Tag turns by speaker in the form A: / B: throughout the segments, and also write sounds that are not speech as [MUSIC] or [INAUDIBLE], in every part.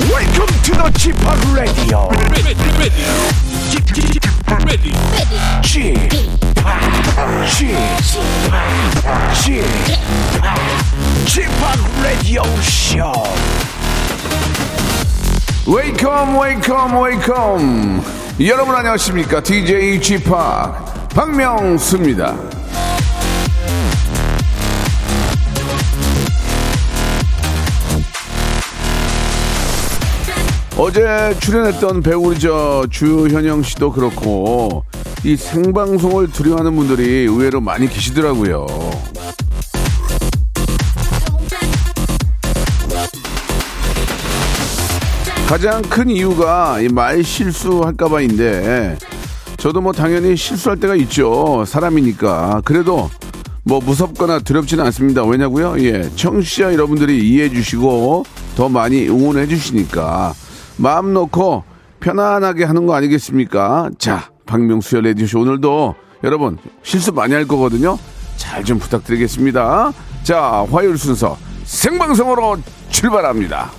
A: to the Chip Radio.
B: ready, ready, Get, get, get ready,
A: Chip, Chip, Chip, Chip Radio Show.
C: 웨이컴 웨이컴 웨이컴 여러분 안녕하십니까 DJ g p 박명수입니다 어제 출연했던 배우 우리 저 주현영 씨도 그렇고 이 생방송을 두려워하는 분들이 의외로 많이 계시더라고요 가장 큰 이유가 이 말 실수할까봐인데 저도 뭐 당연히 실수할 때가 있죠 사람이니까 그래도 뭐 무섭거나 두렵지는 않습니다 왜냐고요 예 청취자 여러분들이 이해해 주시고 더 많이 응원해 주시니까 마음 놓고 편안하게 하는 거 아니겠습니까 자 박명수의 레디쇼 오늘도 여러분 실수 많이 할 거거든요 잘 좀 부탁드리겠습니다 자 화요일 순서 생방송으로 출발합니다.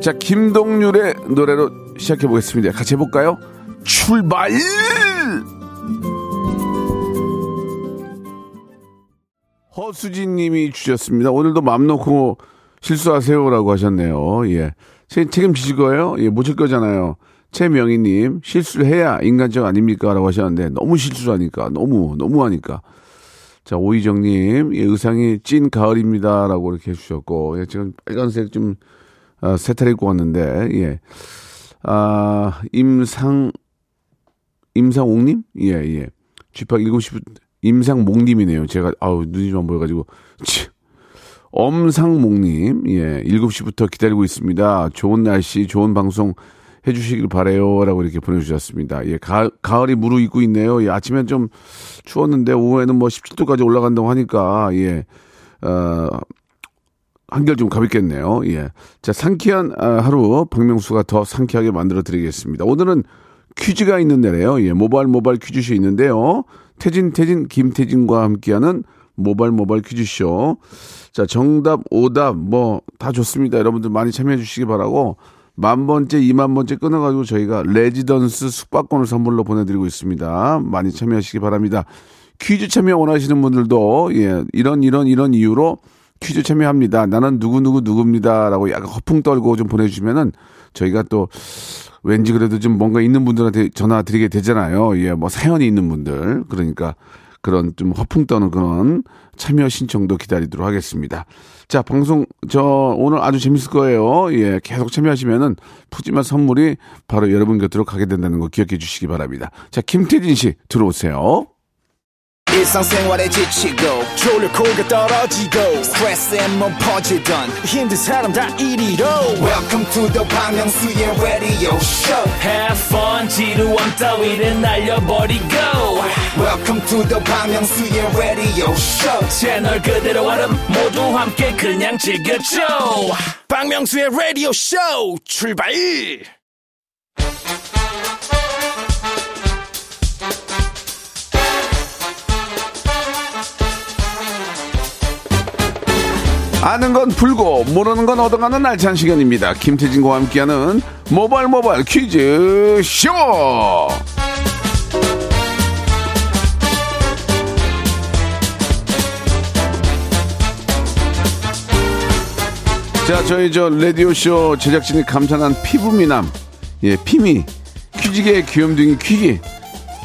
C: 자, 김동률의 노래로 시작해 보겠습니다. 같이 해볼까요? 출발! 허수진 님이 주셨습니다. 오늘도 맘 놓고 뭐 실수하세요라고 하셨네요. 예. 책- 책임지실 거예요? 예, 모실 거잖아요. 최명희 님, 실수를 해야 인간적 아닙니까? 라고 하셨는데, 너무 실수를 하니까, 너무, 너무 하니까. 자, 오희정님, 예, 의상이 찐 가을입니다. 라고 이렇게 해주셨고, 예, 지금 빨간색 좀, 아, 세탈 입고 왔는데, 예. 아, 임상, 임상옥님? 예, 예. 쥐팍 7시, 임상목님이네요. 제가, 아우, 눈이 좀 안 보여가지고. 치. 엄상목님, 예. 7시부터 기다리고 있습니다. 좋은 날씨, 좋은 방송 해주시길 바래요 라고 이렇게 보내주셨습니다. 예, 가을, 가을이 무르익고 있네요. 예, 아침엔 좀 추웠는데 오후에는 뭐 17도까지 올라간다고 하니까 예. 어, 한결 좀 가볍겠네요. 예. 자, 상쾌한 아, 하루 박명수가 더 상쾌하게 만들어 드리겠습니다. 오늘은 퀴즈가 있는 날이에요. 예, 모발 모발 퀴즈쇼 있는데요. 태진 태진 김태진과 함께하는 모발 모발 퀴즈쇼. 자, 정답, 오답 뭐 다 좋습니다. 여러분들 많이 참여해 주시기 바라고 만 번째, 이만 번째 끊어가지고 저희가 레지던스 숙박권을 선물로 보내드리고 있습니다. 많이 참여하시기 바랍니다. 퀴즈 참여 원하시는 분들도 예, 이런 이런 이런 이유로 퀴즈 참여합니다. 나는 누구 누구 누구입니다라고 약간 허풍 떨고 좀 보내주시면은 저희가 또 왠지 그래도 좀 뭔가 있는 분들한테 전화 드리게 되잖아요. 예, 뭐 사연이 있는 분들 그러니까 그런 좀 허풍 떠는 그런 참여 신청도 기다리도록 하겠습니다. 자, 방송 저 오늘 아주 재밌을 거예요. 예, 계속 참여하시면은 푸짐한 선물이 바로 여러분 곁으로 가게 된다는 거 기억해 주시기 바랍니다. 자, 김태진 씨 들어오세요.
D: 일상생활에 지치고, 졸려 코가 떨어지고, 스트레스에 몸 퍼지던, 힘든 사람 다 이리로. welcome to the Bang Myung-soo's radio show
B: have fun 지루한 따위를 날려버리고
D: welcome to the Bang Myung-soo's radio show
B: 채널 그대로 얼음 모두 함께 그냥 즐겨줘
E: 박명수의 라디오 쇼 출발!
C: 아는 건 풀고 모르는 건 얻어가는 알찬 시간입니다. 김태진과 함께하는 모발 모발 퀴즈 쇼. 자, 저희 저 라디오 쇼 제작진이 감상한 피부 미남, 예, 피미 퀴즈계의 귀염둥이 퀴기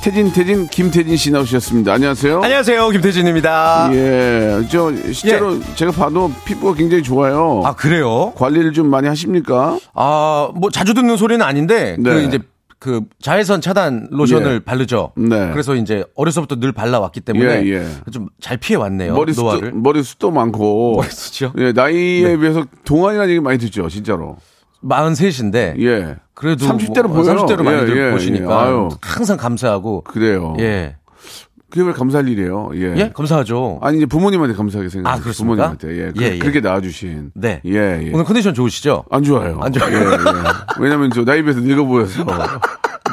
C: 태진 태진 김태진 씨 나오셨습니다. 안녕하세요.
E: 안녕하세요, 김태진입니다.
C: 예, 저 실제로 제가 봐도 피부가 굉장히 좋아요.
E: 아, 그래요?
C: 관리를 좀 많이 하십니까?
E: 아, 뭐 자주 듣는 소리는 아닌데, 그
C: 네.
E: 이제 그 자외선 차단 로션을
C: 예.
E: 바르죠.
C: 네.
E: 그래서 이제 어려서부터 늘 발라왔기 때문에
C: 예, 예.
E: 좀 잘 피해왔네요.
C: 머리숱도,
E: 어, 노화를.
C: 머리숱도 많고.
E: 머리숱이요? 네.
C: 예, 나이에 비해서 동안이라는 얘기 많이 듣죠, 진짜로.
E: 43인데,
C: 예.
E: 그래도
C: 30대로
E: 뭐,
C: 보여요.
E: 30대로 많이
C: 예,
E: 들
C: 예, 예.
E: 보시니까
C: 아유.
E: 항상 감사하고,
C: 그래요.
E: 예.
C: 그게 왜 감사할 일이에요? 예.
E: 예, 감사하죠.
C: 아니, 이제 부모님한테 감사하게
E: 아,
C: 생각해요.
E: 그렇습니까?
C: 부모님한테. 예. 그,
E: 예, 예.
C: 렇게 낳아주신.
E: 네.
C: 예, 예.
E: 오늘 컨디션 좋으시죠?
C: 안 좋아요. 네.
E: 안 좋아요.
C: 예, 예. 왜냐면 저 나이 비해서 늙어 보여서.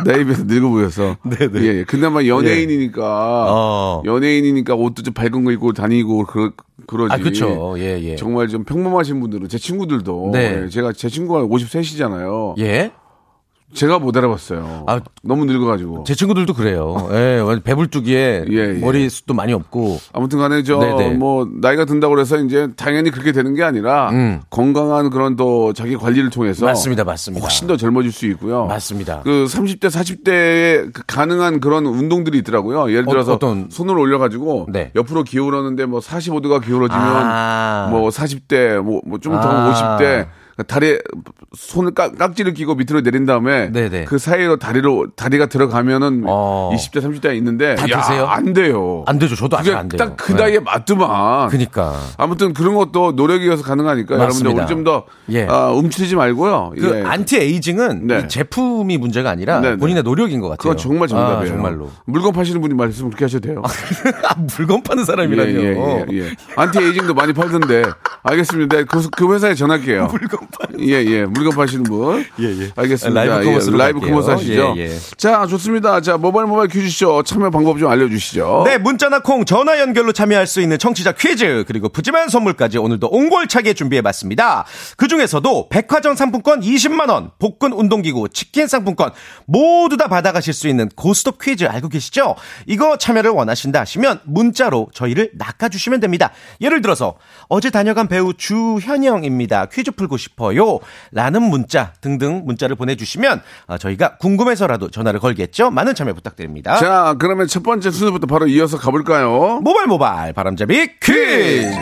C: 내 입에서 늙어 보여서.
E: 네네.
C: 예, 예. 그나마 연예인이니까.
E: 어.
C: 연예인이니까 옷도 좀 밝은 거 입고 다니고 그 그러지.
E: 아, 그쵸. 예, 예.
C: 정말 좀 평범하신 분들은 제 친구들도
E: 네.
C: 예, 제가 제 친구가 53시잖아요.
E: 예?
C: 제가 못 알아봤어요.
E: 아,
C: 너무 늙어가지고.
E: 제 친구들도 그래요. 예, 완전 배불뚝이에
C: 예, 예.
E: 머리숱도 많이 없고.
C: 아무튼 간에
E: 네네.
C: 저 뭐 나이가 든다고 해서 이제 당연히 그렇게 되는 게 아니라
E: 음.
C: 건강한 그런 또 자기 관리를 통해서
E: 맞습니다, 맞습니다.
C: 훨씬 더 젊어질 수 있고요.
E: 맞습니다.
C: 그 30대 40대에 그 가능한 그런 운동들이 있더라고요. 예를
E: 어-
C: 들어서
E: 어떤-
C: 손을 올려 가지고
E: 네.
C: 옆으로 기울었는데 뭐 45도가 기울어지면
E: 아.
C: 뭐 40대 뭐좀더
E: 아.
C: 50대 다리에 손을 깍, 깍지를 끼고 밑으로 내린 다음에
E: 네네.
C: 그 사이로 다리로 다리가 들어가면은
E: 어.
C: 20대 30대 있는데
E: 다
C: 야,
E: 되세요?
C: 안 돼요.
E: 안 되죠. 저도 아직
C: 그게
E: 안 돼요.
C: 딱 그
E: 예.
C: 나이에 맞더만.
E: 그니까.
C: 아무튼 그런 것도 노력에 의해서 가능하니까
E: 맞습니다.
C: 여러분들 우리 좀더
E: 예.
C: 아, 움츠리지 말고요.
E: 그
C: 예.
E: 안티 에이징은
C: 네.
E: 이 제품이 문제가 아니라
C: 네, 네.
E: 본인의 노력인 것 같아요.
C: 그건 정말 정답이에요.
E: 아, 정말로. [LAUGHS]
C: 물건 파시는 분이 말씀 그렇게 하셔도 돼요.
E: 아, 물건 파는 사람이라뇨.
C: 예, 예, 예. 안티 에이징도 많이 팔던데. 알겠습니다. 그, 그 회사에 전할게요.
E: [LAUGHS]
C: 물건 파는 예, 예. 물건 파시는 분. 예, 예. 알겠습니다.
E: 라이브 커머스로
C: 라이브
E: 갈게요.
C: 커머스 하시죠.
E: 예, 예.
C: 자, 좋습니다. 자, 모바일 모바일 퀴즈쇼 참여 방법 좀 알려주시죠.
F: 네, 문자나 콩, 전화 연결로 참여할 수 있는 청취자 퀴즈, 그리고 푸짐한 선물까지 오늘도 옹골차게 준비해봤습니다. 그 중에서도 백화점 상품권 20만원, 복근 운동기구, 치킨 상품권 모두 다 받아가실 수 있는 고스톱 퀴즈 알고 계시죠? 이거 참여를 원하신다 하시면 문자로 저희를 낚아주시면 됩니다. 예를 들어서, 어제 다녀간 배우 주현영입니다. 퀴즈 풀고 싶어요. 라는 문자 등등 문자를 보내주시면 아, 저희가 궁금해서라도 전화를 걸겠죠? 많은 참여 부탁드립니다.
C: 자, 그러면 첫 번째 순서부터 바로 이어서 가볼까요?
F: 모발 모발 바람잡이 퀴즈.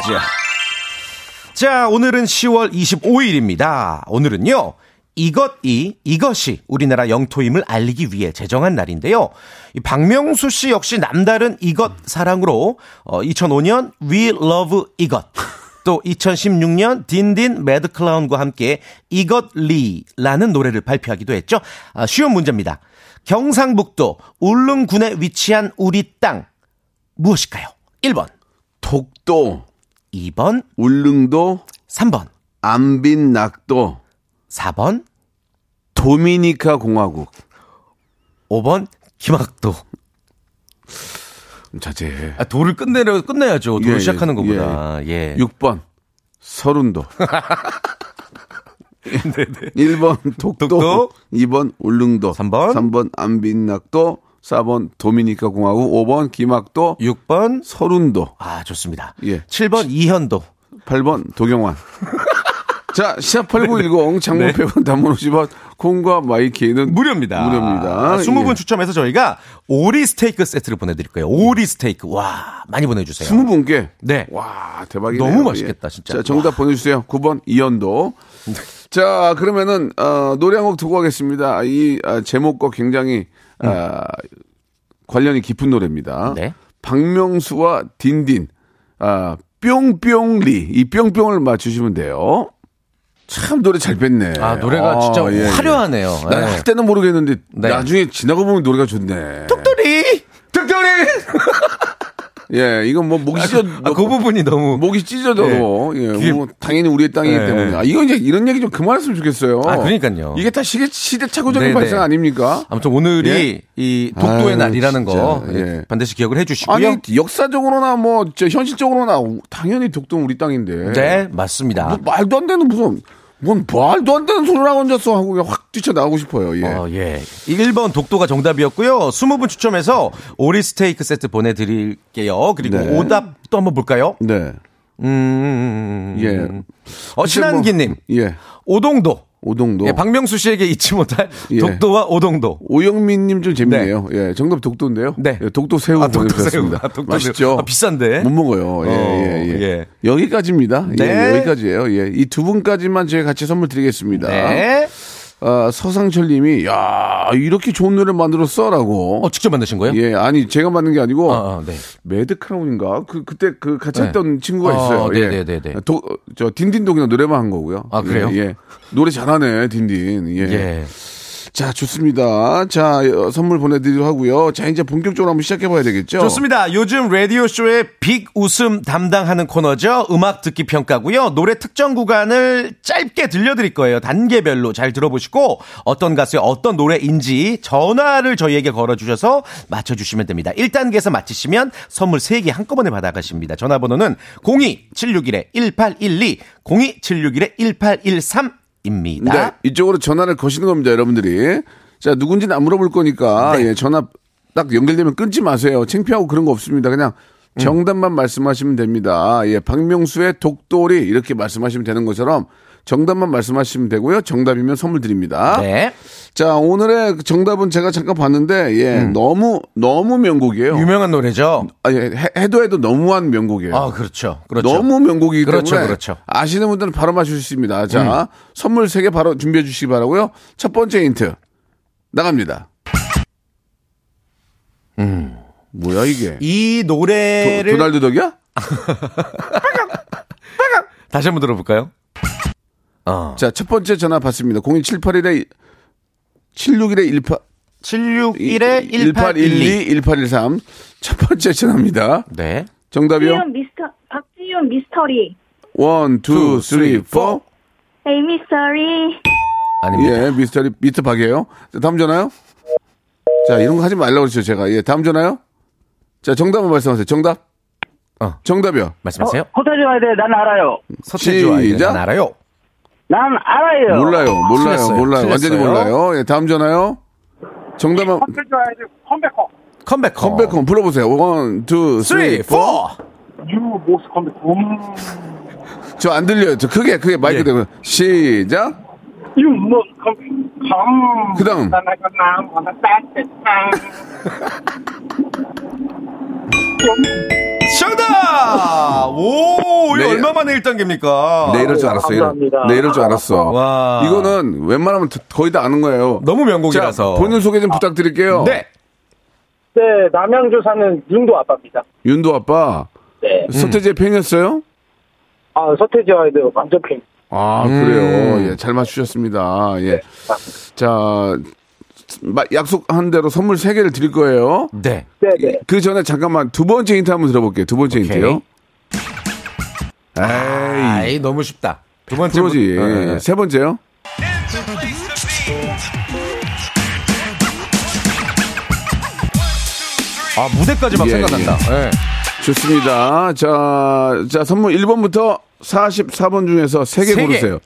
F: 자, 오늘은 10월 25일입니다. 오늘은요. 이것이 이것이 우리나라 영토임을 알리기 위해 제정한 날인데요. 이 박명수 씨 역시 남다른 이것 사랑으로 어, 2005년 We Love 이것 또 2016년 딘딘 매드클라운과 함께 이것 리라는 노래를 발표하기도 했죠. 아, 쉬운 문제입니다. 경상북도 울릉군에 위치한 우리 땅 무엇일까요? 1번,
C: 독도,
F: 2번,
C: 울릉도,
F: 3번,
C: 안빈 낙도,
F: 4번,
C: 도미니카 공화국.
F: 5번 김학도.
C: 좀 음, 자제해.
E: 아, 도를 끝내려, 끝내야죠. 도를
C: 예, 예.
E: 시작하는 거구나. 예.
C: 6번
F: [LAUGHS]
C: 서른도. 1번 독도,
F: 네, 독도.
C: 2번 울릉도,
F: 삼 번.
C: 3번 안빈낙도, 4번 도미니카 공화국, 5번 김학도,
F: 6번.
C: 서른도,
F: 아, 좋습니다.
C: 예.
F: 7번 이현도.
C: 8번 도경환.
F: [LAUGHS]
C: 자, 시합 8910 장문 100원 단문 50원 콩과 마이키는
F: 네. 무료입니다.
E: 아,
C: 무료입니다.
F: 20분
C: 예.
F: 추첨해서 저희가 오리 스테이크 세트를 보내드릴 거예요. 오리 스테이크. 와, 많이 보내주세요.
C: 20분께.
F: 네.
C: 와, 대박이네요.
F: 너무 맛있겠다, 진짜.
C: 자, 정답 보내주세요. 9번, 이연도. 자, 그러면은, 어, 노래 한 곡 듣고 가겠습니다. 이 아, 제목과 굉장히, 아, 관련이 깊은 노래입니다.
F: 네.
C: 박명수와 딘딘, 아, 뿅뿅리. 이 뿅뿅을 맞추시면 돼요. 참 노래 잘 뺐네.
E: 아, 노래가 진짜
C: 예, 예.
E: 화려하네요.
C: 난
E: 예.
C: 할 때는 모르겠는데
E: 네.
C: 나중에 지나고 보면 노래가 좋네.
F: 뚝돌이! 뚝돌이!
C: 예, 이건 뭐 목이 찢어
E: 아, 그 부분이 너무.
C: 목이 찢어져도 예, 뭐 당연히 우리의 땅이기
E: 예.
C: 때문에 아, 이건 이제 이런 얘기 좀 그만했으면 좋겠어요.
E: 아, 그러니까요.
C: 이게 다 시대, 시대착오적인
E: 네네.
C: 발생 아닙니까?
E: 아무튼 오늘이
F: 예?
E: 이 독도의
C: 아유,
E: 날이라는 거
C: 진짜, 예.
E: 반드시 기억을 해주시고요.
C: 아니 역사적으로나 뭐 저 현실적으로나 우- 당연히 독도는 우리 땅인데
F: 예.
E: 네, 맞습니다.
C: 뭐 말도 안 되는 무슨 뭔 말도 안 되는 소리라고 앉았어 하고 그냥 확 뛰쳐 나가고 싶어요. 예.
E: 어, 예.
F: 1번 독도가 정답이었고요. 20분 추첨해서 오리 스테이크 세트 보내드릴게요. 그리고
C: 네.
F: 오답도 한번 볼까요? 어,
C: 네.
F: 음.
C: 예.
F: 어,
C: 사실 뭐-
F: 신한기님.
C: 예.
F: 오동도.
C: 오동도.
F: 예, 박명수 씨에게 잊지 못할
C: 예.
F: 독도와 오동도.
C: 오영민님 좀 재밌네요. 예, 정답 독도인데요.
F: 네.
C: 예, 독도 새우
F: 아, 독도
C: 보내주셨습니다.
F: 새우. 아, 독도 새우.
C: 맛있죠.
F: 아, 비싼데?
C: 못 먹어요. 예,
F: 어,
C: 예, 예.
F: 예.
C: 여기까지입니다. 예,
F: 네.
C: 여기까지예요. 예, 이 두 분까지만 저희 같이 선물 드리겠습니다.
F: 네.
C: 아, 서상철님이 야 이렇게 좋은 노래 만들었어라고.
E: 어, 직접 만드신 거예요?
C: 예, 아니 제가 만든 게
F: 어,
C: 아니고
E: 아, 아, 네.
C: 매드 크라운인가 그 그때 그 같이 했던 친구가
E: 어,
C: 있어요.
E: 네,
C: 예.
E: 네, 네, 네.
C: 도- 저 딘딘도 그냥 노래만 한 거고요.
E: 아, 그래요?
C: 예, 예. 노래 잘하네 딘딘.
E: 예.
C: 자, 좋습니다. 자, 어, 선물 보내드리도록 하고요. 자, 이제 본격적으로 한번 시작해봐야 되겠죠?
F: 좋습니다. 요즘 라디오쇼의 빅 웃음 담당하는 코너죠. 음악 듣기 평가고요. 노래 특정 구간을 짧게 들려드릴 거예요. 단계별로 잘 들어보시고 어떤 가수의 어떤 노래인지 전화를 저희에게 걸어주셔서 맞춰주시면 됩니다. 1단계에서 맞히시면 선물 3개 한꺼번에 받아가십니다. 전화번호는 02761-1812, 02761-1813입니다.
C: 네, 이쪽으로 전화를 거시는 겁니다, 여러분들이. 자, 누군지는 안 물어볼 거니까,
F: 네.
C: 예, 전화 딱 연결되면 끊지 마세요. 창피하고 그런 거 없습니다. 그냥
F: 음.
C: 정답만 말씀하시면 됩니다. 예, 박명수의 독돌이 이렇게 말씀하시면 되는 것처럼 정답만 말씀하시면 되고요. 정답이면 선물 드립니다.
F: 네.
C: 자, 오늘의 정답은 제가 잠깐 봤는데, 예, 너무, 너무 명곡이에요.
F: 음. 유명한 노래죠.
C: 아, 예, 해- 해도 해도 너무한 명곡이에요.
F: 아, 그렇죠. 그렇죠.
C: 네. 너무 명곡이기
F: 그렇죠,
C: 때문에
F: 그렇죠. 음.
C: 아시는 분들은 바로 마실 수 있습니다. 자, 선물 세 개 바로 준비해 주시기 바라고요. 첫 번째 힌트 나갑니다. 음, 뭐야 이게?
F: 이 노래를
C: 도, 날드 덕이야?
F: 다시 한번 들어볼까요?
C: 자, 첫 번째 전화 받습니다. 02781에 761에 18
F: 761에 1812.
C: 1813. 첫 번째 전화입니다.
F: 네.
C: 정답이요?
G: 박지윤 미스터 박지윤 미스터리.
C: 1 2 3 4.
G: 에이 미스터리.
F: 아닙니다.
C: 예, 미스터리 미스터 박이에요. 자, 다음 전화요. 자, 이런 거 하지 말라고 그랬죠, 제가. 예, 다음 전화요. 자, 정답을 말씀하세요. 정답.
F: 어.
C: 정답이요.
F: 말씀하세요.
H: 호텔 좋아야 돼. 난 알아요.
F: 서태지와 이난
C: 어, 시작.
F: 알아요.
H: 난 알아요.
C: 몰라요. 몰라요.
F: 틀렸어요.
C: 몰라요. 완전히
F: 틀렸어요.
C: 몰라요. 예, 다음 전화요. 정답은
H: 호텔 좋아야 돼. 컴백홈.
F: 컴백 컴.
C: 컴백홈 네. 불러보세요. 원, 투, 쓰리,
F: 3
C: 포.
F: 4.
H: 뉴 모스 컴백홈. 음,
C: 저 안 들려요. 저 크게, 크게 마이크
F: 예.
C: 대고 시작.
H: 뉴 모스 컴백홈.
C: 그다음.
F: 정답! 오, 이거
C: 네.
F: 얼마 만에 1단계입니까?
C: 네, 이럴 줄 알았어. 네,
H: 감사합니다.
C: 이럴 줄 알았어.
F: 와.
C: 이거는 웬만하면 거의 다 아는 거예요.
F: 너무
C: 자,
F: 명곡이라서.
C: 본인 소개 좀 부탁드릴게요.
F: 네.
H: 네, 남양주 사는 윤도 아빠입니다.
C: 윤도 아빠.
H: 네.
C: 서태지의 팬이었어요?
H: 아, 서태지 와야 돼. 완전 팬.
C: 아,
F: 음.
C: 그래요. 예, 잘 맞추셨습니다. 예. 자, 마- 약속한 대로 선물 세개를 드릴 거예요.
F: 네.
H: 네, 네.
C: 그 전에 잠깐만 두 번째 힌트 한번 들어볼게요. 두 번째 힌트요. 에이,
F: 네. 아이, 너무 쉽다. 두 번째
C: 그러지.
F: 분-
C: 예,
F: 네.
C: 세 번째요.
F: 아, 무대까지 막
C: 예,
F: 생각난다. 예.
C: 좋습니다. 자, 자, 선물 1번부터 44번 중에서 세 개
F: 세 개. 어?
C: 고르세요.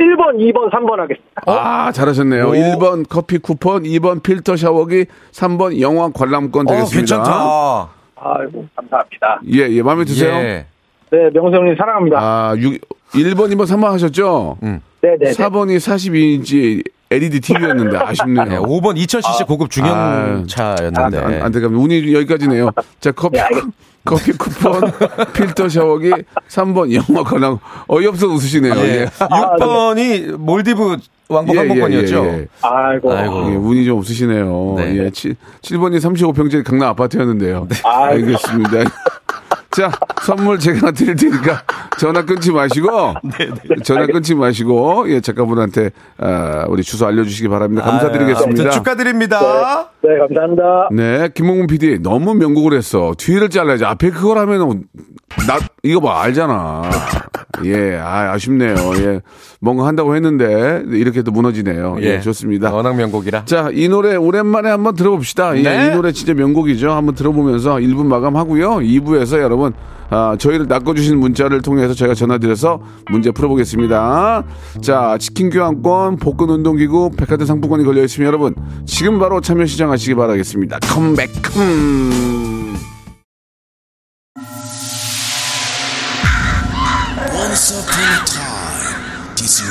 H: 1번, 2번, 3번 하겠습니다.
C: 아, 잘하셨네요.
F: 오.
C: 1번 커피 쿠폰, 2번 필터 샤워기, 3번 영화 관람권
F: 어,
C: 되겠습니다.
F: 괜찮다.
H: 아이고, 감사합니다.
C: 예, 예, 마음에 드세요?
F: 예.
H: 네, 명수 형님 사랑합니다.
C: 아, 6, 1번, 2번, 3번 하셨죠?
F: 음.
H: 네, 네. 네.
C: 4번이 42인치 LED TV였는데 아쉽네요.
F: 네, 5번 2000cc 고급
C: 아유. 안,
F: 중형차였는데.
C: 안, 안타깝네. 운이 여기까지네요. 자, 커피, 커피 쿠폰, 필터 샤워기, 3번 영화 관람. 어이없어 웃으시네요.
F: 아,
C: 예.
F: 6번이 몰디브 왕복
C: 예,
F: 항공권이었죠.
C: 예, 예.
H: 아이고.
F: 아이고.
C: 예, 운이 좀 없으시네요.
F: 네.
C: 예, 7, 7번이 35평짜리 강남 아파트였는데요. 알겠습니다.
H: 아.
C: [LAUGHS] 자, 선물 제가 드릴 테니까 전화 끊지 마시고,
F: 네,
C: 전화 끊지 마시고, 예, 작가분한테, 아, 우리 주소 알려주시기 바랍니다. 감사드리겠습니다.
F: 아무튼 축하드립니다.
H: 네, 감사합니다.
C: 네, 김홍문 PD 너무 명곡을 했어. 뒤를 잘라야지. 앞에 그걸 하면은 나 이거 봐 알잖아. 예, 아, 아쉽네요. 예, 뭔가 한다고 했는데 이렇게 또 무너지네요. 예, 좋습니다.
F: 워낙 명곡이라.
C: 자, 이 노래 오랜만에 한번 들어봅시다. 예,
F: 네.
C: 이 노래 진짜 명곡이죠. 한번 들어보면서 1부 마감하고요. 2부에서 여러분, 아, 저희를 낚아주신 문자를 통해서 저희가 전화드려서 문제 풀어보겠습니다. 자, 치킨 교환권, 복근 운동기구, 백화점 상품권이 걸려있으면 여러분, 지금 바로 참여 시장하시기 바라겠습니다. 컴백, 컴!
A: Once upon a time, this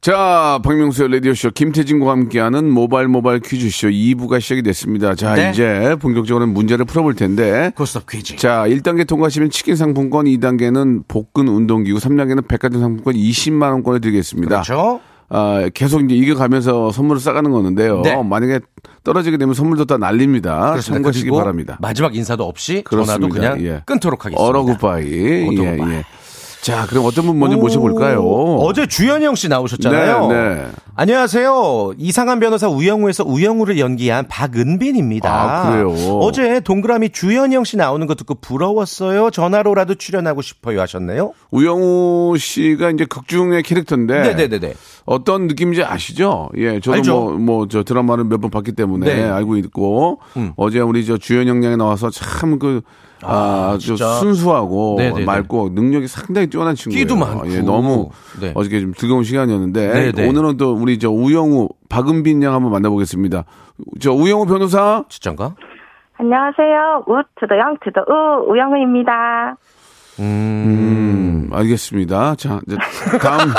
C: 자, 박명수의 라디오쇼 김태진과 함께하는 모발 모발 퀴즈쇼 2부가 시작이 됐습니다. 자,
F: 네.
C: 이제 본격적으로 문제를 풀어볼 텐데.
F: 고스톱 퀴즈.
C: 자, 1단계 통과하시면 치킨 상품권, 2단계는 복근 운동기구, 3단계는 백화점 상품권 20만 원권을 드리겠습니다.
F: 그렇죠.
C: 아, 계속 이제 이겨가면서 선물을 싸가는 거는데요.
F: 네.
C: 만약에 떨어지게 되면 선물도 다 날립니다. 참고하시기
F: 그리고
C: 바랍니다.
F: 마지막 인사도 없이 전화도
C: 그렇습니다.
F: 그냥
C: 예.
F: 끊도록 하겠습니다.
C: 어러 굿바이. 예,
F: 굿바이.
C: 예. 자, 그럼 어떤 분 먼저 모셔볼까요?
F: 오, 어제 주현영 씨 나오셨잖아요.
C: 네, 네.
F: 안녕하세요. 이상한 변호사 우영우에서 우영우를 연기한 박은빈입니다.
C: 아, 그래요?
F: 어제 동그라미 주현영 씨 나오는 거 듣고 부러웠어요. 전화로라도 출연하고 싶어요 하셨네요.
C: 우영우 씨가 이제 극중의 캐릭터인데
F: 네네네네.
C: 어떤 느낌인지 아시죠? 예, 저도
F: 알죠.
C: 뭐 뭐 저 드라마를 몇 번 봤기 때문에
F: 네. 음.
C: 알고 있고 어제 우리 저 주연영 양이 나와서 참 그 아, 주
F: 진짜.
C: 순수하고
F: 네네네.
C: 맑고 능력이 상당히 뛰어난 친구예요.
F: 끼도 많고.
C: 예, 너무
F: 네.
C: 어저께 좀 즐거운 시간이었는데
F: 네네.
C: 오늘은 또 우리 저 우영우 박은빈 양 한번 만나보겠습니다. 저 우영우 변호사
F: 진짠가?
G: 안녕하세요. 우트더영 트더우 우영우입니다.
C: 음, 알겠습니다. 자, 이제 다음,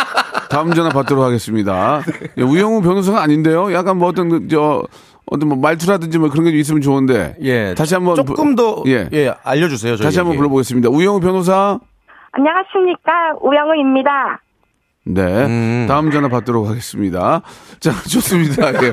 C: 다음 전화 받도록 하겠습니다. 예, 우영우 변호사가 아닌데요. 약간 뭐 어떤, 그, 저, 어떤 뭐 말투라든지 뭐 그런 게 좀 있으면 좋은데.
F: 예.
C: 다시 한 번.
F: 조금 더 예.
C: 부- 예.
F: 알려주세요.
C: 다시 한번
F: 저희에게.
C: 불러보겠습니다. 우영우 변호사.
G: 안녕하십니까 우영우입니다.
C: 네. 다음 전화 받도록 하겠습니다. 자, [LAUGHS] 좋습니다. 예.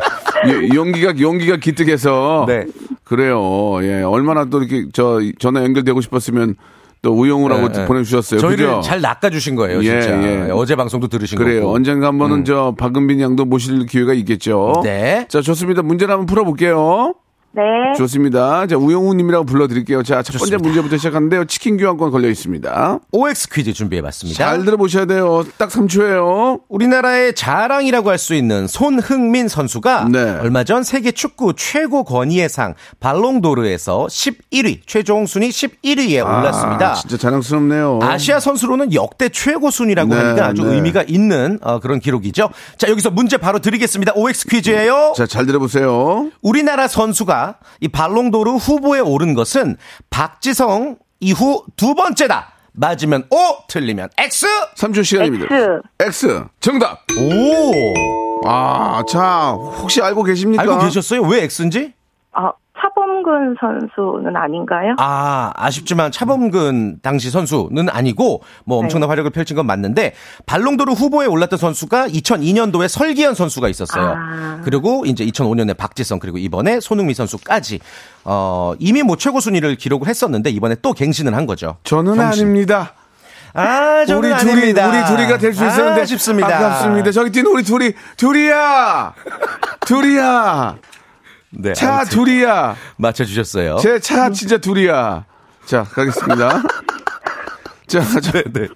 C: 예, 용기가, 용기가 기특해서.
F: 네.
C: 그래요. 예. 얼마나 또 이렇게 저 전화 연결되고 싶었으면 또 우영우라고
F: 예, 예.
C: 보내주셨어요.
F: 저희를
C: 네, 그죠?
F: 잘 낚아주신 거예요,
C: 예,
F: 진짜.
C: 예.
F: 예, 어제 방송도 들으신
C: 그래요.
F: 거고. 음.
C: 언젠가 한번은 저 박은빈 양도 모실 기회가 있겠죠.
F: 네.
C: 자, 좋습니다. 문제를 한번 풀어볼게요.
G: 네.
C: 좋습니다. 자, 우영우님이라고 불러드릴게요. 자, 첫 번째
F: 좋습니다.
C: 문제부터 시작하는데요. 치킨 교환권 걸려 있습니다.
F: OX 퀴즈 준비해봤습니다.
C: 잘 들어보셔야 돼요. 딱 3초예요.
F: 우리나라의 자랑이라고 할 수 있는 손흥민 선수가
C: 네.
F: 얼마 전 세계 축구 최고 권위의 상 발롱도르에서 11위 최종 순위 11위에 올랐습니다.
C: 아, 진짜 자랑스럽네요.
F: 아시아 선수로는 역대 최고 순위라고
C: 네,
F: 하니까 아주
C: 네.
F: 의미가 있는 어, 그런 기록이죠. 자 여기서 문제 바로 드리겠습니다. OX 퀴즈예요.
C: 자, 잘 들어보세요.
F: 우리나라 선수가 이 발롱도르 후보에 오른 것은 박지성 이후 두 번째다. 맞으면 O, 틀리면 X.
C: 3초 시간입니다.
G: X.
C: X. 정답.
F: 오,
C: 아, 자, 혹시 알고 계십니까?
F: 그러니까. 알고 계셨어요? 왜 X인지?
G: 어, 차범근 선수는 아닌가요?
F: 아, 아쉽지만 차범근 당시 선수는 아니고 뭐 엄청난 활약을 펼친 건 맞는데 발롱도르 후보에 올랐던 선수가 2002년도에 설기현 선수가 있었어요.
G: 아.
F: 그리고 이제 2005년에 박지성 그리고 이번에 손흥민 선수까지 어, 이미 뭐 최고 순위를 기록을 했었는데 이번에 또 갱신을 한 거죠.
C: 저는 아닙니다.
F: 아, 저는
C: 우리 둘이
F: 아닙니다.
C: 우리 둘이가 될 수 있었는데
F: 아쉽습니다.
C: 아깝습니다. 저기 뛰는 우리 둘이 둘이야. 둘이야.
F: 네,
C: 차
F: 아무튼
C: 둘이야.
F: 맞춰 주셨어요.
C: 제 차 진짜 둘이야. 자,
F: [LAUGHS]
C: 가겠습니다. 자, 자.
F: 네,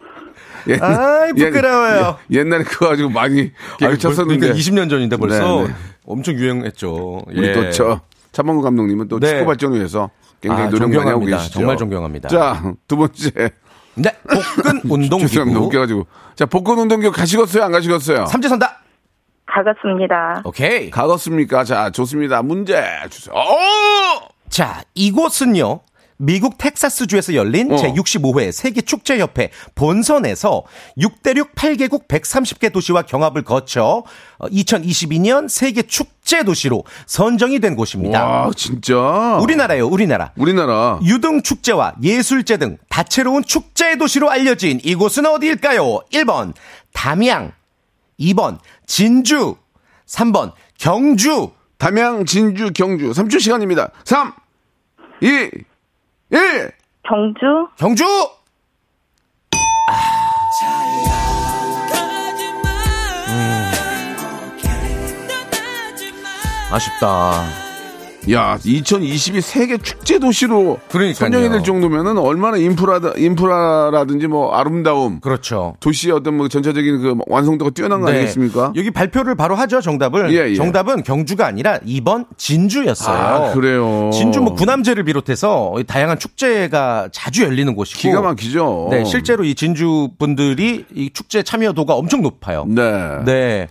C: 예,
F: 아이, 부끄러워요.
C: 예, 옛날에 그거 가지고 많이 개그 쳤었는데.
F: 그러니까 20년 전인데 벌써
C: 네, 네.
F: 엄청 유행했죠.
C: 우리
F: 예.
C: 또 저, 차범근 감독님은 또
F: 네.
C: 축구 발전을 위해서 굉장히
F: 아,
C: 노력 많이 하고
F: 존경합니다.
C: 계시죠.
F: 정말 존경합니다.
C: 자, 두 번째.
F: 네,
C: [LAUGHS]
F: 복근 운동
C: 죄송합니다.
F: 기구.
C: 웃겨가지고. 자, 복근 운동교 가시겠어요? 안 가시겠어요?
F: 삼재선다.
G: 가겠습니다.
F: 오케이.
C: 가겠습니까? 자, 좋습니다. 문제 주세요. 어!
F: 자, 이곳은요. 미국 텍사스주에서 열린
C: 어.
F: 제65회 세계축제협회 본선에서 6대륙 8개국 130개 도시와 경합을 거쳐 어, 2022년 세계축제 도시로 선정이 된 곳입니다.
C: 와, 진짜.
F: 우리나라요, 우리나라.
C: 우리나라.
F: 유등축제와 예술제 등 다채로운 축제의 도시로 알려진 이곳은 어디일까요? 1번 담양, 2번 진주, 3번 경주.
C: 담양, 진주, 경주. 3초 시간입니다. 3, 2, 1.
G: 경주
F: 경주! 아. 쉽다
C: 야, 2022 세계 축제 도시로
F: 그러니까요.
C: 선정이 될 정도면은 얼마나 인프라 인프라라든지 뭐 아름다움,
F: 그렇죠.
C: 도시의 어떤 뭐 전체적인 그 완성도가 뛰어난 거
F: 네.
C: 아니겠습니까?
F: 여기 발표를 바로 하죠, 정답을.
C: 예, 예.
F: 정답은 경주가 아니라 2번 진주였어요.
C: 아, 그래요.
F: 진주 뭐 군함제를 비롯해서 다양한 축제가 자주 열리는 곳이고.
C: 기가 막히죠.
F: 네, 실제로 이 진주 분들이 이 축제 참여도가 엄청 높아요.
C: 네.
F: 네.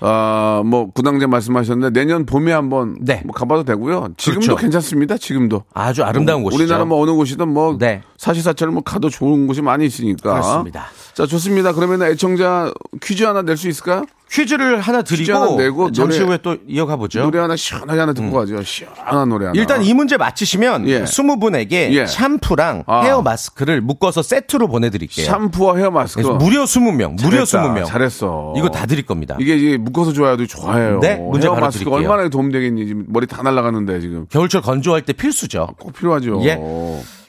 C: 아, 뭐 구당제 말씀하셨는데 내년 봄에 한번
F: 네.
C: 뭐 가봐도 되고요. 지금도
F: 그렇죠.
C: 괜찮습니다. 지금도.
F: 아주 아름다운 곳이죠.
C: 우리나라 뭐 어느 곳이든 뭐
F: 네.
C: 사시사철 뭐 가도 좋은 곳이 많이 있으니까.
F: 그렇습니다.
C: 자 좋습니다. 그러면 애청자 퀴즈 하나 낼 수 있을까요?
F: 퀴즈를 하나
C: 퀴즈 하나
F: 드리고
C: 내고
F: 잠시
C: 노래-
F: 후에 또 이어가 보죠. 음.
C: 노래 하나 시원하게 하나 듣고 가죠. 시원한 노래 하나.
F: 일단 이 문제 맞히시면
C: 예.
F: 20분에게
C: 예.
F: 샴푸랑
C: 아.
F: 헤어 마스크를 묶어서 세트로 보내 드릴게요.
C: 샴푸와 헤어 마스크.
F: 예. 그래서 무려 20명, 무려
C: 잘했다,
F: 20명.
C: 잘했어.
F: 이거 다 드릴 겁니다.
C: 이게 이제 묶어서 줘야도 좋아요.
F: 네, 문제
C: 헤어
F: 바로
C: 마스크
F: 드릴게요.
C: 얼마나 도움 되겠니? 지금 머리 다 날아가는데 지금
F: 겨울철 건조할 때 필수죠.
C: 꼭 필요하죠.
F: 예.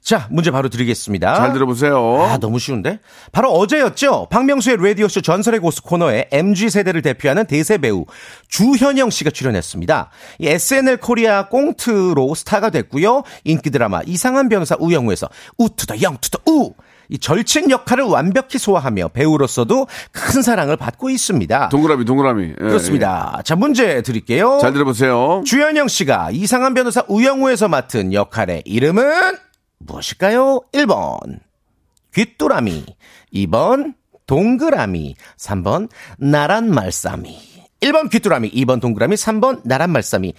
F: 자, 문제 바로 드리겠습니다.
C: 아. 잘 들어보세요.
F: 아, 너무 쉬운데? 바로 어제였죠? 박명수의 라디오쇼 전설의 고스 코너에 MG세대를 대표하는 대세 배우 주현영 씨가 출연했습니다. 이 SNL 코리아 꽁트로 스타가 됐고요. 인기 드라마 이상한 변호사 우영우에서 우투더 영투더 우! 이 절친 역할을 완벽히 소화하며 배우로서도 큰 사랑을 받고 있습니다.
C: 동그라미 동그라미. 예,
F: 그렇습니다. 자, 문제 드릴게요.
C: 예. 잘 들어보세요.
F: 주현영 씨가 이상한 변호사 우영우에서 맡은 역할의 이름은 무엇일까요? 1번 귀뚜라미 2번 동그라미 3번 나란말싸미 1번 귀뚜라미 2번 동그라미 3번 나란말싸미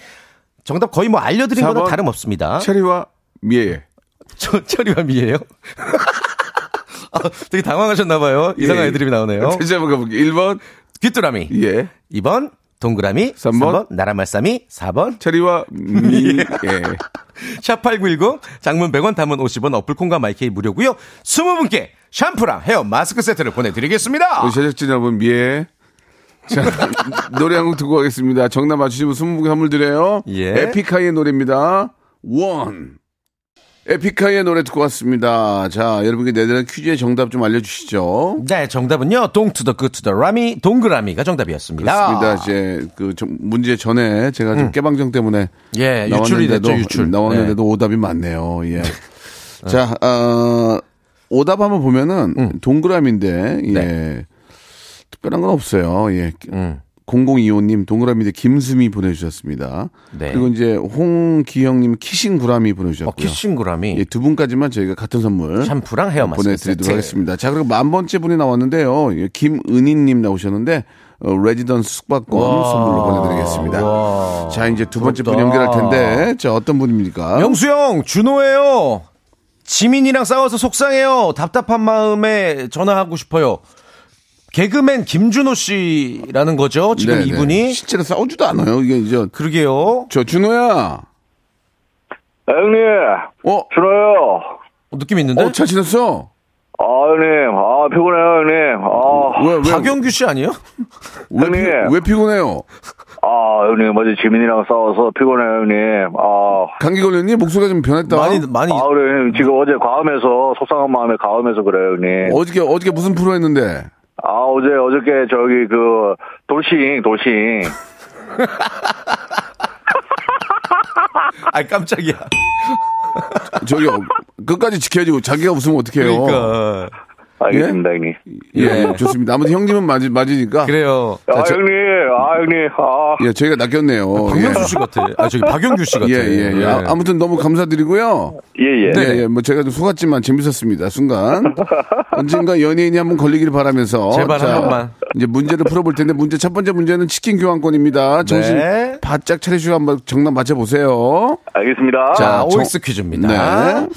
F: 정답 거의 뭐 알려드린 거나
C: 4번
F: 다름없습니다.
C: 체리와 미에.
F: 철, 철이밤이에요? 아, 되게 당황하셨나봐요. 이상한
C: 예.
F: 애드립이 나오네요.
C: [LAUGHS] 다시 한번 가볼게요. 1번
F: 귀뚜라미
C: 예.
F: 2번 동그라미
C: 삼 번.
F: 3번 나란말싸미 4번
C: 체리와 미 예.
F: 샵8910 장문 100원 단문 50원 어플콘과 마이케이 무료고요. 20분께 샴푸랑 헤어 마스크 세트를 보내드리겠습니다.
C: 우리 제작진 여러분 미에. 자 [LAUGHS] 노래 한 곡 듣고 가겠습니다. 정답 맞추시면 20분 선물 드려요.
F: 예.
C: 에픽하이의 노래입니다. 원. 에픽하이의 노래 듣고 왔습니다. 자 여러분께 내드린 퀴즈의 정답 좀 알려주시죠.
F: 네, 정답은요. 동투더 끄투더 라미 동그라미가 정답이었습니다.
C: 그렇습니다. 이제 그 좀 문제 전에 제가
F: 음.
C: 좀 깨방정 때문에
F: 예, 유출이
C: 나왔는데도-
F: 됐죠, 유출. 네.
C: 나왔는데도 오답이 많네요. 예. [LAUGHS] 자, 어, 오답 한번 보면은
F: 음.
C: 동그라미인데 예.
F: 네.
C: 특별한 건 없어요. 예.
F: 음.
C: 0025님 동그라미인데 김수미 보내주셨습니다.
F: 네.
C: 그리고 이제 홍기영님 키싱 구라미
F: 어,
C: 보내주셨고요.
F: 키싱 구라미
C: 예, 두 분까지만 저희가 같은 선물
F: 샴푸랑 헤어 마스크
C: 보내드리도록
F: 세트.
C: 하겠습니다. 자, 그리고 만 번째 분이 나왔는데요. 예, 김은희님 나오셨는데 어, 레지던스 숙박권 선물로 보내드리겠습니다. 자, 이제 두 번째 분 연결할 텐데, 자 어떤 분입니까?
F: 영수형 준호예요. 지민이랑 싸워서 속상해요. 답답한 마음에 전화하고 싶어요. 개그맨 김준호 씨라는 거죠.
C: 네,
F: 지금
C: 네.
F: 이분이
C: 실제로 싸우지도 않아요. 이게 이제
F: 그러게요. 어,
C: 저 준호야,
H: 아, 형님,
C: 어,
H: 준호요.
F: 어, 느낌 있는데?
C: 어, 잘 지냈어?
H: 아, 형님, 아, 피곤해요, 형님. 아,
C: 왜, 왜,
F: 박영규 씨 아니에요?
C: 왜, 피,
H: 형님.
C: 왜 피곤해요?
H: 아, 형님, 어제 지민이랑 싸워서 피곤해요, 형님. 아,
C: 감기 걸렸니? 목소리가 좀 변했다.
F: 많이 많이
H: 아, 그래, 형님. 지금 어제 과음해서, 속상한 마음에 과음해서 그래요, 형님.
C: 어저께 어저께 무슨 프로 했는데?
H: 아, 어제, 어저께 저기 그, 돌싱, 돌싱.
F: 아 깜짝이야.
C: 저기 [LAUGHS] 끝까지 지켜야지. 자기가 웃으면 어떡해요
F: 그러니까
H: 알겠습니다, 형님.
C: 예,
F: 예.
C: 좋습니다. 아무튼 형님은 맞, 맞으니까.
F: 그래요.
H: 아,
C: 저-
H: 형님, 아, 형님, 아.
C: 예, 저희가 낚였네요.
F: 박명수 씨 같아. 아 저기 박영규 씨 같아.
C: 예, 예, 예. 아, 아무튼 너무 감사드리고요.
H: 예, 예.
C: 네. 예, 뭐 제가 좀 속았지만 재밌었습니다.
F: [LAUGHS]
C: 순간 언젠가 연예인이 한번 걸리길 바라면서
F: 제발 한 번만.
C: 이제 문제를 풀어볼 텐데 문제 첫 번째 문제는 치킨 교환권입니다. 정신
F: 네.
C: 바짝 차리시고 한번 정답 맞춰 보세요.
H: 알겠습니다.
F: 자,
C: 자, 정-
F: 아, OX 퀴즈입니다.
C: 네.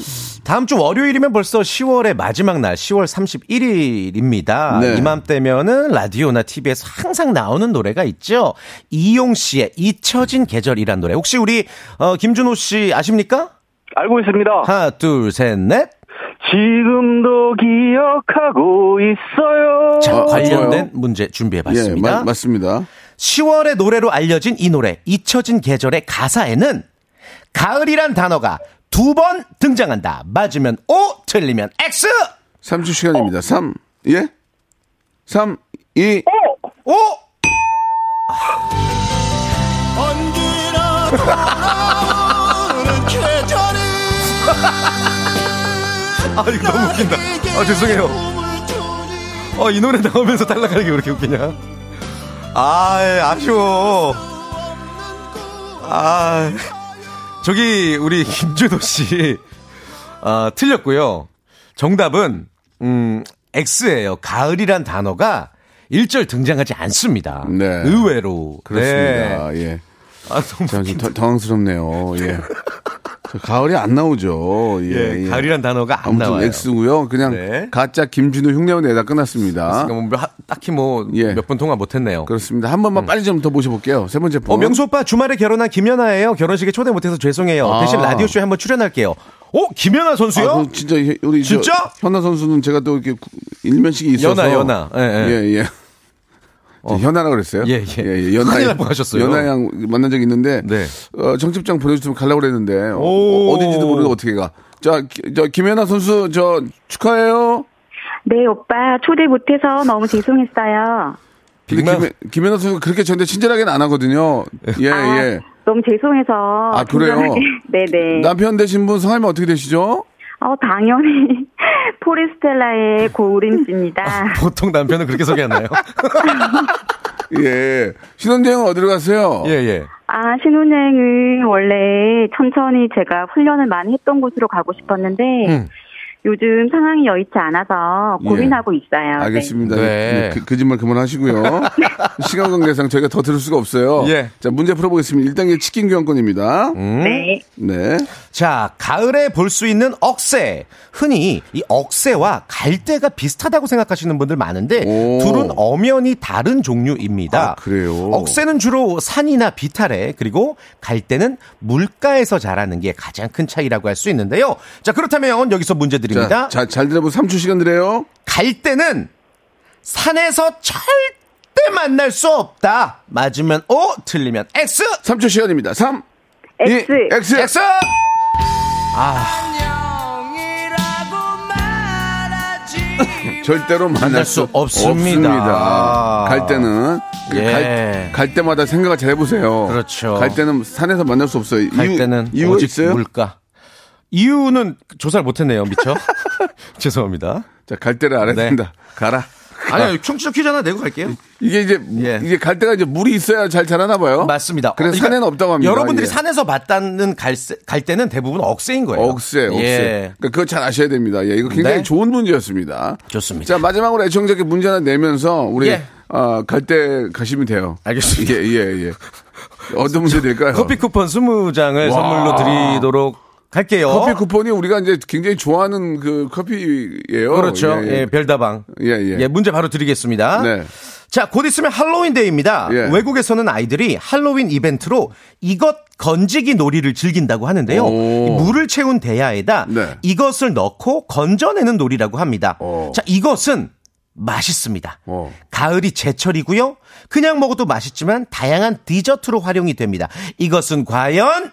F: 다음 주 월요일이면 벌써 10월의 마지막 날, 10월 31일입니다.
C: 네.
F: 이맘때면은 라디오나 TV에서 항상 나오는 노래가 있죠. 이용 씨의 잊혀진 계절이란 노래. 혹시 우리 어, 김준호 씨 아십니까?
H: 알고 있습니다.
F: 하나, 둘, 셋, 넷.
H: 지금도 기억하고 있어요.
F: 자,
C: 어,
F: 관련된
C: 좋아요.
F: 문제
C: 예,
F: 준비해봤습니다.
C: 마- 맞습니다.
F: 10월의 노래로 알려진 이 노래 잊혀진 계절의 가사에는 가을이란 단어가 두 번 등장한다. 맞으면 O, 틀리면 X.
C: 3주 시간입니다. 삼 예? 삼 이
F: 네. O. 아 이거 너무 웃긴다. 아 죄송해요. 아 이 노래 나오면서 탈락하는 게 왜 이렇게 웃기냐? 아 예, 아쉬워. 아 저기 우리 김준호 씨 아, 틀렸고요. 정답은 음 X예요. 가을이란 단어가 일절 등장하지 않습니다.
C: 네.
F: 의외로
C: 그렇습니다. 예.
F: 네. 아 너무 [LAUGHS]
C: 자, 좀 더- 당황스럽네요. 예. 그 가을이 안 나오죠. 예, 예.
F: 가을이란 단어가 안
C: 아무튼
F: 나와요.
C: X고요. 그냥
F: 네.
C: 가짜 김준호 흉내만 내다 끝났습니다.
F: 그러니까 뭐 하- 딱히 뭐 몇
C: 아. 예.
F: 번 통화 못했네요.
C: 그렇습니다. 한 번만 빨리 좀 더 모셔볼게요. 세 번째 분.
F: 음. 어, 명수 오빠 주말에 결혼한 김연아예요. 결혼식에 초대 못해서 죄송해요.
C: 아.
F: 대신 라디오 쇼에 한번 출연할게요. 오 김연아 선수요?
C: 아, 그 진짜 이- 우리 저
F: 진짜?
C: 현아 선수는 제가 또 이렇게 구- 일면식이 있어서
F: 연아, 연아. 예, 예.
C: 예, 예. 저 현아라 그랬어요?
F: 예, 예.
C: 연아,
F: 큰일 날 뻔하셨어요.
C: 연아 양 만난 적이 있는데
F: 네.
C: 어, 정집장 보내주시면 가려고 그랬는데 어,
F: 오.
C: 어딘지도 모르고 어떻게 가. 자, 기- 저 김연아 선수 저 축하해요.
G: 네, 오빠 초대 못해서 너무 죄송했어요.
C: 근데
F: 빅마-
C: 김, 김연아 선수 그렇게 저한테 친절하게는 안 하거든요. 예,
G: 아,
C: 예.
G: 너무 죄송해서. [LAUGHS]
C: 아, 그래요?
G: 네네.
C: 남편 되신 분 성함이 어떻게 되시죠?
G: 어, 당연히 [LAUGHS] 포레스텔라의 고우림 씨입니다.
F: [LAUGHS] 보통 남편은 그렇게 소개하나요?
C: 예. 신혼여행은 [LAUGHS] 어디로 가세요?
F: 예, 예.
G: 아, 신혼여행은 원래 천천히 제가 훈련을 많이 했던 곳으로 가고 싶었는데,
C: 음.
G: 요즘 상황이 여의치 않아서 고민하고 있어요.
C: 예. 알겠습니다.
F: 네.
C: 그, 거짓말 그만하시고요.
F: [LAUGHS]
C: 시간 관계상 저희가 더 들을 수가 없어요.
F: 예. 음.
C: 자, 문제 풀어보겠습니다. 1단계 치킨 교환권입니다.
G: 네. 네.
C: 네.
F: 자, 가을에 볼 수 있는 억새. 흔히 이 억새와 갈대가 비슷하다고 생각하시는 분들 많은데
C: 오.
F: 둘은 엄연히 다른 종류입니다.
C: 아, 그래요?
F: 억새는 주로 산이나 비탈에 그리고 갈대는 물가에서 자라는 게 가장 큰 차이라고 할 수 있는데요. 자, 그렇다면 여기서 문제 드립니다.
C: 자, 자, 잘 들어보세요. 3초 시간 드려요.
F: 갈대는 산에서 절대 만날 수 없다. 맞으면 O, 틀리면 X.
C: 3초 시간입니다. 3,
G: X.
C: 2, X.
F: X.
C: 절대로 만날
F: 만날
C: 수
F: 수
C: 없습니다.
F: 없습니다.
C: 갈 때는 그
F: 예.
C: 갈, 갈 때마다 생각을 잘 해보세요.
F: 그렇죠.
C: 갈 때는 산에서 만날 수 없어요. 이유,
F: 갈 때는
C: 이유가
F: 오직
C: 있어요?
F: 물가. 이유는 조사를 못했네요, [LAUGHS] 미쳐. 죄송합니다.
C: 자, 갈 때를 알아야
F: 네.
C: 된다. 가라.
F: 아니요, 청취자 퀴즈 하나 내고 갈게요.
C: 이게 이제
F: 예.
C: 이제 갈 때가 이제 물이 있어야 잘 자라나 봐요.
F: 맞습니다.
C: 그래서
F: 그러니까
C: 산에는 없다고 합니다.
F: 여러분들이
C: 예.
F: 산에서 봤다는 갈세, 갈대는 대부분 억새인 거예요.
C: 억세, 억세.
F: 예.
C: 그러니까 그거 잘 아셔야 됩니다. 예, 이거 굉장히
F: 네.
C: 좋은 문제였습니다.
F: 좋습니다.
C: 자, 마지막으로 애청자께 문제 하나 내면서 우리 어,
F: 예.
C: 갈 때 가시면 돼요.
F: 알겠습니다.
C: 예, 예, 예. 어떤 문제 될까요?
F: 커피 쿠폰 20장을 선물로 드리도록 할게요.
C: 커피 쿠폰이 우리가 이제 굉장히 좋아하는 그 커피예요.
F: 그렇죠.
C: 예,
F: 예,
C: 예.
F: 별다방.
C: 예, 예.
F: 문제 바로 드리겠습니다.
C: 네.
F: 자, 곧 있으면 할로윈데이입니다.
C: 예.
F: 외국에서는 아이들이 할로윈 이벤트로 이것 건지기 놀이를 즐긴다고 하는데요.
C: 오.
F: 이 물을 채운 대야에다
C: 네.
F: 이것을 넣고 건져내는 놀이라고 합니다. 자, 이것은 맛있습니다.
C: 어.
F: 가을이 제철이고요. 그냥 먹어도 맛있지만 다양한 디저트로 활용이 됩니다. 이것은 과연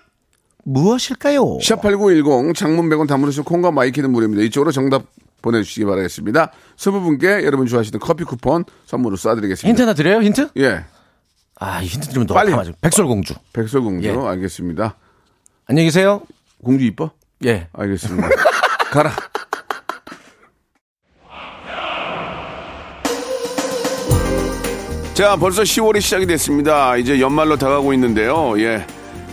F: 무엇일까요?
C: 샵8910 장문 100원 담으로서 콩과 마이키는 무료입니다. 이쪽으로 정답 보내주시기 바라겠습니다. 20분께 여러분 좋아하시는 커피 쿠폰 선물로 쏴드리겠습니다.
F: 힌트 하나 드려요? 힌트?
C: 예.
F: 아, 이 힌트 드리면 너무
C: 빨리.
F: 빨리 맞아. 백설공주.
C: 백설공주.
F: 예.
C: 알겠습니다.
F: 안녕히 계세요.
C: 공주 이뻐?
F: 예.
C: 알겠습니다. 가라. 자, 벌써 10월이 시작이 됐습니다. 이제 연말로 다가오고 있는데요. 예.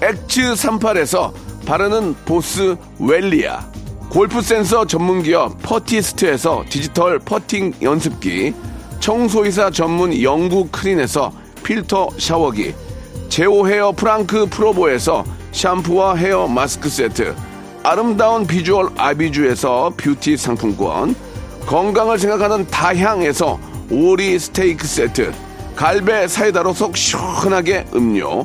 C: 엑츠 38에서 바르는 보스 웰리아 골프 센서 전문 기업 퍼티스트에서 디지털 퍼팅 연습기 청소이사 전문 영구 크린에서 필터 샤워기 제오 헤어 프랑크 프로보에서 샴푸와 헤어 마스크 세트, 아름다운 비주얼 아비주에서 뷰티 상품권, 건강을 생각하는 다향에서 오리 스테이크 세트, 갈배 사이다로 속 시원하게 음료,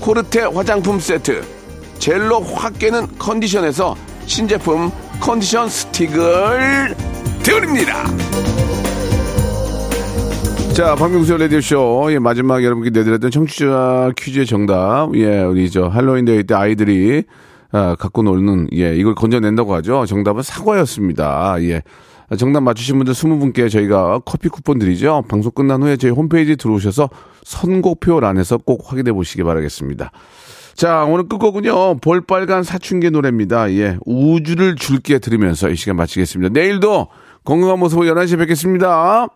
C: 코르테 화장품 세트, 젤로 확 깨는 컨디션에서 신제품 컨디션 스틱을 드립니다.
I: 자, 박명수 라디오쇼. 예, 마지막 여러분께 내드렸던 청취자 퀴즈의 정답. 예, 우리 저 할로윈 데이 때 아이들이 아, 갖고 놀는, 예, 이걸 건져낸다고 하죠. 정답은 사과였습니다. 예. 아, 정답 맞추신 분들 20분께 저희가 커피 쿠폰 드리죠. 방송 끝난 후에 저희 홈페이지 들어오셔서 선곡표란에서 꼭 확인해 보시기 바라겠습니다. 자, 오늘 끝곡은요. 볼빨간 사춘기 노래입니다. 예. 우주를 줄게 들으면서 이 시간 마치겠습니다. 내일도 건강한 모습으로 11시에 뵙겠습니다.